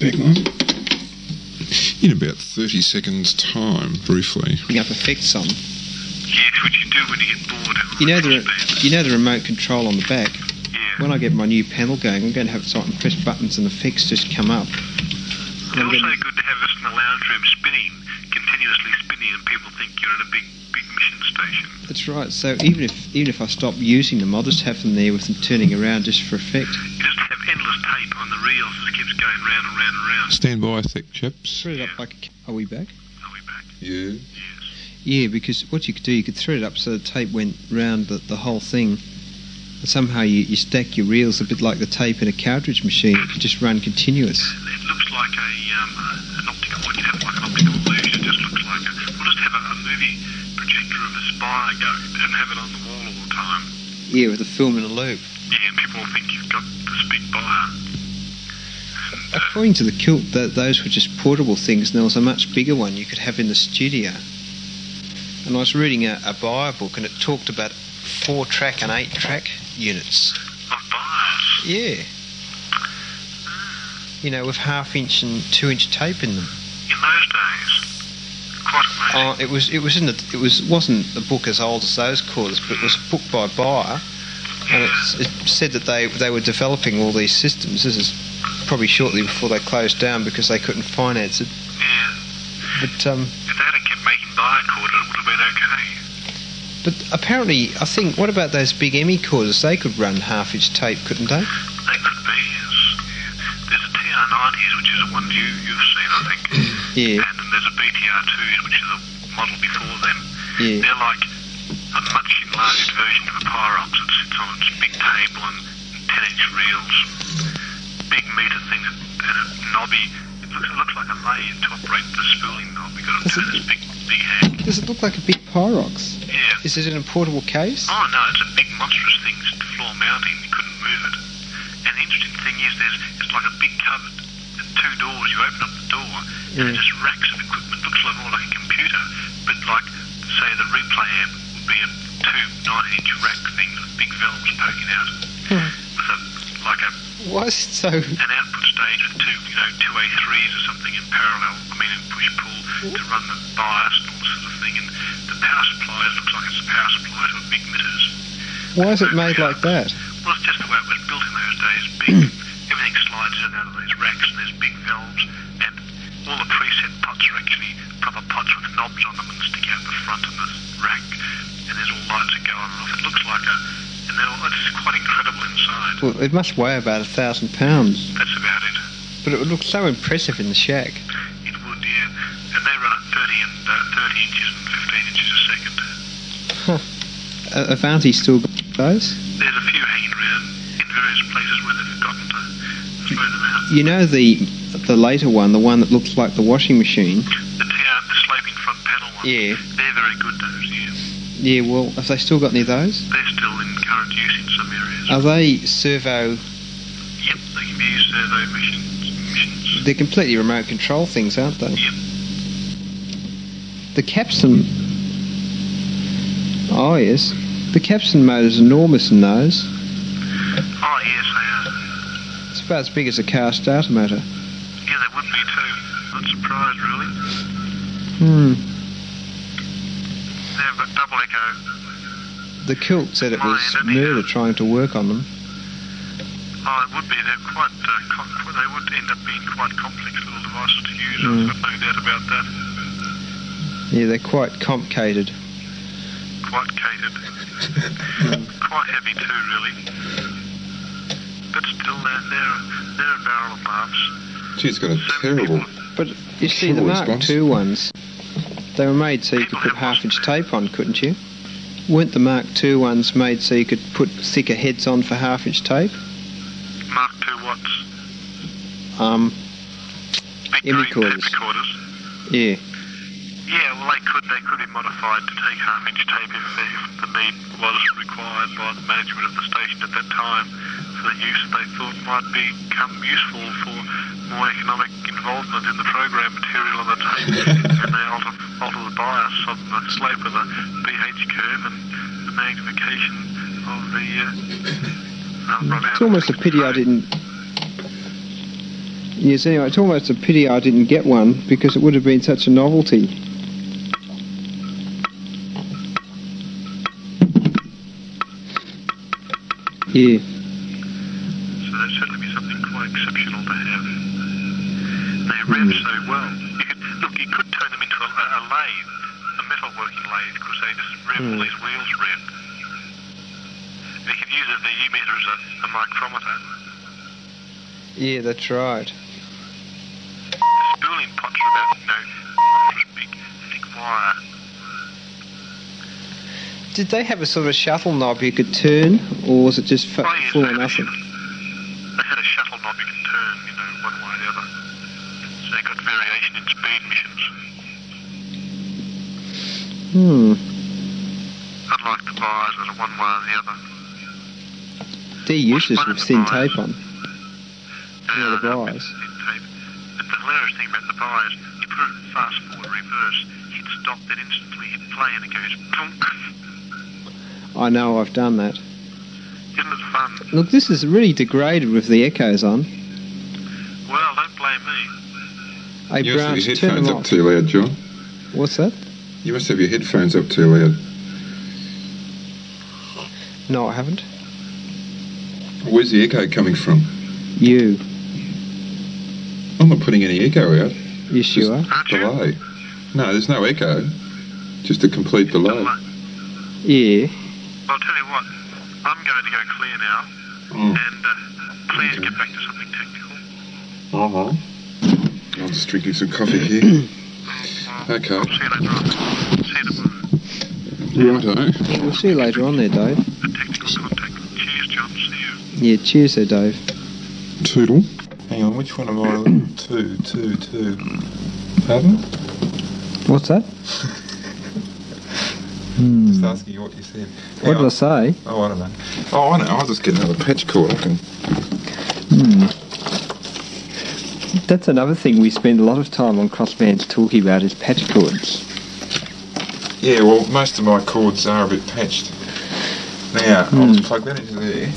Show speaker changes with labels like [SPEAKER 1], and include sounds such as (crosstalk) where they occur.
[SPEAKER 1] Bergman?
[SPEAKER 2] Mm-hmm. In about 30 seconds' time, briefly.
[SPEAKER 1] Bring up effects on.
[SPEAKER 3] Yes, what you do when you get bored.
[SPEAKER 1] You know the re- you know the remote control on the back.
[SPEAKER 3] Yeah.
[SPEAKER 1] When I get my new panel going, I'm going to have so I can press buttons and effects just come up.
[SPEAKER 3] it's
[SPEAKER 1] I'm
[SPEAKER 3] also
[SPEAKER 1] getting-
[SPEAKER 3] good to have us in the lounge room spinning, continuously spinning, and people think you're at a big, big mission station.
[SPEAKER 1] That's right. So even if even if I stop using them, I'll just have them there with them turning around just for effect.
[SPEAKER 3] You just have endless tape on the reels that keeps going round and round and round.
[SPEAKER 2] Stand by, thick chaps.
[SPEAKER 1] Thread it up like a, ca- are we back?
[SPEAKER 3] Are we back?
[SPEAKER 2] Yeah.
[SPEAKER 3] Yes.
[SPEAKER 1] Yeah, because what you could do, you could thread it up so the tape went round the, the whole thing. And somehow you, you stack your reels a bit like the tape in a cartridge machine. It could just run continuous.
[SPEAKER 3] And it looks like a, um, a- an optical, what you have like an optical illusion. It just looks like a, we'll just have a, a movie projector of a spy go and have it on the wall all the time.
[SPEAKER 1] Yeah, with a film in a loop.
[SPEAKER 3] Yeah, and people think you've got this big buyer. And, uh,
[SPEAKER 1] According to the kilt, tho- those were just portable things, and there was a much bigger one you could have in the studio. And I was reading a, a buyer book, and it talked about four track and eight track units.
[SPEAKER 3] of buyers.
[SPEAKER 1] Yeah. You know, with half inch and two inch tape in them.
[SPEAKER 3] in those days. Quite amazing.
[SPEAKER 1] Uh, it was it was in the it was wasn't a book as old as those callers, but it was a book by Buyer, and it's, it said that they they were developing all these systems. This is probably shortly before they closed down because they couldn't finance it.
[SPEAKER 3] yeah.
[SPEAKER 1] But um,
[SPEAKER 3] If they had kept making buyer quarter, it would have been okay.
[SPEAKER 1] but apparently, I think what about those big Emmy corders? They could run half inch tape, couldn't they?
[SPEAKER 3] They could be, yes. Yeah. There's a TR90s, which is the one you, you've seen, I think.
[SPEAKER 1] Yeah.
[SPEAKER 3] And then there's a BTR2s, which is the model before them.
[SPEAKER 1] Yeah.
[SPEAKER 3] They're like a much enlarged version of a Pyrox that sits on its big table and 10 inch reels, big meter thing, and a knobby. It looks, it looks like a lathe to operate the spooling knob. You've got to
[SPEAKER 1] Does
[SPEAKER 3] turn
[SPEAKER 1] it-
[SPEAKER 3] this big, big hand.
[SPEAKER 1] Does it look like a big Pyrox?
[SPEAKER 3] Yeah.
[SPEAKER 1] Is it in a portable case?
[SPEAKER 3] Oh no, it's a big monstrous thing, it's floor mounting, you couldn't move it. And the interesting thing is there's it's like a big cupboard and two doors, you open up the door and
[SPEAKER 1] Mm.
[SPEAKER 3] it just racks of equipment, looks like more like a computer, but like say the replay amp would be a two nine inch rack thing with big valves poking out.
[SPEAKER 1] Hmm.
[SPEAKER 3] With a like a
[SPEAKER 1] Why is it so?
[SPEAKER 3] an output stage with two you know, two A threes or something in parallel, I mean in push pull to run the bias and all this sort of thing and the power supply looks like it's a power supply to a big emitters.
[SPEAKER 1] Why is it made like that?
[SPEAKER 3] Well, it's just the way it was built in those days. Big, everything slides in and out of these racks, and there's big valves, and all the preset pots are actually proper pots with knobs on them and stick out the front of the rack, and there's all lights that go on and off. It looks like a, and they're all, it's quite incredible inside.
[SPEAKER 1] Well, it must weigh about a thousand pounds,
[SPEAKER 3] That's about it.
[SPEAKER 1] but it would look so impressive in the shack.
[SPEAKER 3] It would, yeah. And they run at 30 and uh, 30 inches and 15 inches a second.
[SPEAKER 1] Uh, have Auntie still got those?
[SPEAKER 3] There's a few hanging around in various places where they've forgotten to throw them out.
[SPEAKER 1] You know the the later one, the one that looks like the washing machine.
[SPEAKER 3] The, tower, the sloping front panel one.
[SPEAKER 1] Yeah.
[SPEAKER 3] They're very good, those, yeah.
[SPEAKER 1] Yeah, well, have they still got any of those?
[SPEAKER 3] They're still in current use in some areas.
[SPEAKER 1] Are they servo?
[SPEAKER 3] yep, they can be used to survey missions. missions.
[SPEAKER 1] They're completely remote control things, aren't they?
[SPEAKER 3] Yep.
[SPEAKER 1] The Capstan. Oh yes, the Capstan motor's enormous in those.
[SPEAKER 3] Oh, yes, they are.
[SPEAKER 1] It's about as big as a car starter motor.
[SPEAKER 3] Yeah, they would be too. Not surprised, really.
[SPEAKER 1] Hmm.
[SPEAKER 3] They have a double echo.
[SPEAKER 1] The kilt said it was murder trying to work on them.
[SPEAKER 3] Oh, it would be. They're quite. Uh, com- they would end up being quite complex little devices to use.
[SPEAKER 1] Mm.
[SPEAKER 3] I've got no doubt about that.
[SPEAKER 1] Yeah, they're quite complicated.
[SPEAKER 3] Quite catered. quite heavy too, really. But still, they're they're, they're a barrel of laughs.
[SPEAKER 2] She's got a
[SPEAKER 3] So many
[SPEAKER 2] terrible.
[SPEAKER 3] people-
[SPEAKER 1] But you see, the
[SPEAKER 2] Sure, it's
[SPEAKER 1] Mark
[SPEAKER 2] nice.
[SPEAKER 1] II ones, they were made so you could put half inch tape on, couldn't you? Weren't the Mark II ones made so you could put thicker heads on for half inch tape?
[SPEAKER 3] Mark two watts.
[SPEAKER 1] Um,
[SPEAKER 3] Big
[SPEAKER 1] Emmy
[SPEAKER 3] green tape
[SPEAKER 1] corders.
[SPEAKER 3] recorders.
[SPEAKER 1] yeah.
[SPEAKER 3] Yeah, well, they could they could be modified to take half inch tape if, the- if the need was required by the management of the station at that time for the use they thought might become useful for more economic involvement in the program material on the
[SPEAKER 1] (laughs)
[SPEAKER 3] tape, and they alter, alter the bias of the slope of the BH curve and the magnification of the. Uh, I've run out
[SPEAKER 1] It's
[SPEAKER 3] of
[SPEAKER 1] almost a
[SPEAKER 3] things to
[SPEAKER 1] pity I
[SPEAKER 3] say.
[SPEAKER 1] didn't. Yes, anyway, it's almost a pity I didn't get one because it would have been such a novelty. Yeah.
[SPEAKER 3] So that'd certainly be something quite exceptional to have. They rev so well. You could, look, you could turn them into a, a lathe, a metalworking lathe, because they just rev all these wheels rev. They could use a VU meter as a, a micrometer.
[SPEAKER 1] Yeah, that's right.
[SPEAKER 3] The spooling pots are about, you know, monstrous big, thick wire.
[SPEAKER 1] Did they have a sort of shuttle knob you could turn, or was it just fa-
[SPEAKER 3] Oh, yes,
[SPEAKER 1] full
[SPEAKER 3] they
[SPEAKER 1] or
[SPEAKER 3] had a
[SPEAKER 1] nothing?
[SPEAKER 3] shuttle- They had a shuttle knob you could turn, you know, one way or the other. So they got variation in speed missions.
[SPEAKER 1] Hmm.
[SPEAKER 3] Unlike the buyers that are one way or the other.
[SPEAKER 1] They're useless with thin
[SPEAKER 3] Spider-Man.
[SPEAKER 1] tape on. Yeah, the buyers.
[SPEAKER 3] Ah, Tape. But the hilarious thing about the buyers, you put it in fast forward reverse, hit stop, then instantly hit play and it goes plunk.
[SPEAKER 1] I know I've done that.
[SPEAKER 3] Isn't it fun?
[SPEAKER 1] Look, this is really degraded with the echoes on.
[SPEAKER 3] Well, don't blame me.
[SPEAKER 1] Hey,
[SPEAKER 2] you must have
[SPEAKER 1] Branch,
[SPEAKER 2] your
[SPEAKER 1] turn
[SPEAKER 2] headphones
[SPEAKER 1] them
[SPEAKER 2] up
[SPEAKER 1] off.
[SPEAKER 2] too loud, John.
[SPEAKER 1] What's that?
[SPEAKER 2] You must have your headphones up too loud.
[SPEAKER 1] No, I haven't.
[SPEAKER 2] Where's the echo coming from?
[SPEAKER 1] You.
[SPEAKER 2] I'm not putting any echo out.
[SPEAKER 1] You sure?
[SPEAKER 3] Aren't you?
[SPEAKER 2] Delay. No, there's no echo. Just a complete delay.
[SPEAKER 3] Well,
[SPEAKER 1] Yeah.
[SPEAKER 3] I'll tell you what, I'm going to go clear now
[SPEAKER 2] Mm.
[SPEAKER 3] and uh, please
[SPEAKER 2] Okay.
[SPEAKER 3] get back to something technical.
[SPEAKER 2] Uh-huh. I'm just drinking some coffee here. Okay.
[SPEAKER 3] I'll see you later on. See you tomorrow.
[SPEAKER 2] Righto.
[SPEAKER 1] We'll see you later on there, Dave.
[SPEAKER 3] A technical contact. Cheers, John. See
[SPEAKER 1] Yeah,
[SPEAKER 3] you.
[SPEAKER 1] cheers there, Dave.
[SPEAKER 2] Toodle.
[SPEAKER 4] Hang on, which one am I? two, two, two. Pardon?
[SPEAKER 1] What's that?
[SPEAKER 4] Just asking you what you said. Hang
[SPEAKER 1] What did
[SPEAKER 4] on.
[SPEAKER 1] I say?
[SPEAKER 4] Oh, I don't know.
[SPEAKER 2] Oh, I know. I'll just get another patch cord. I can.
[SPEAKER 1] That's another thing we spend a lot of time on crossbands talking about is patch cords.
[SPEAKER 4] Yeah, well, most of my cords are a bit patched. Now, I'll just plug that into there.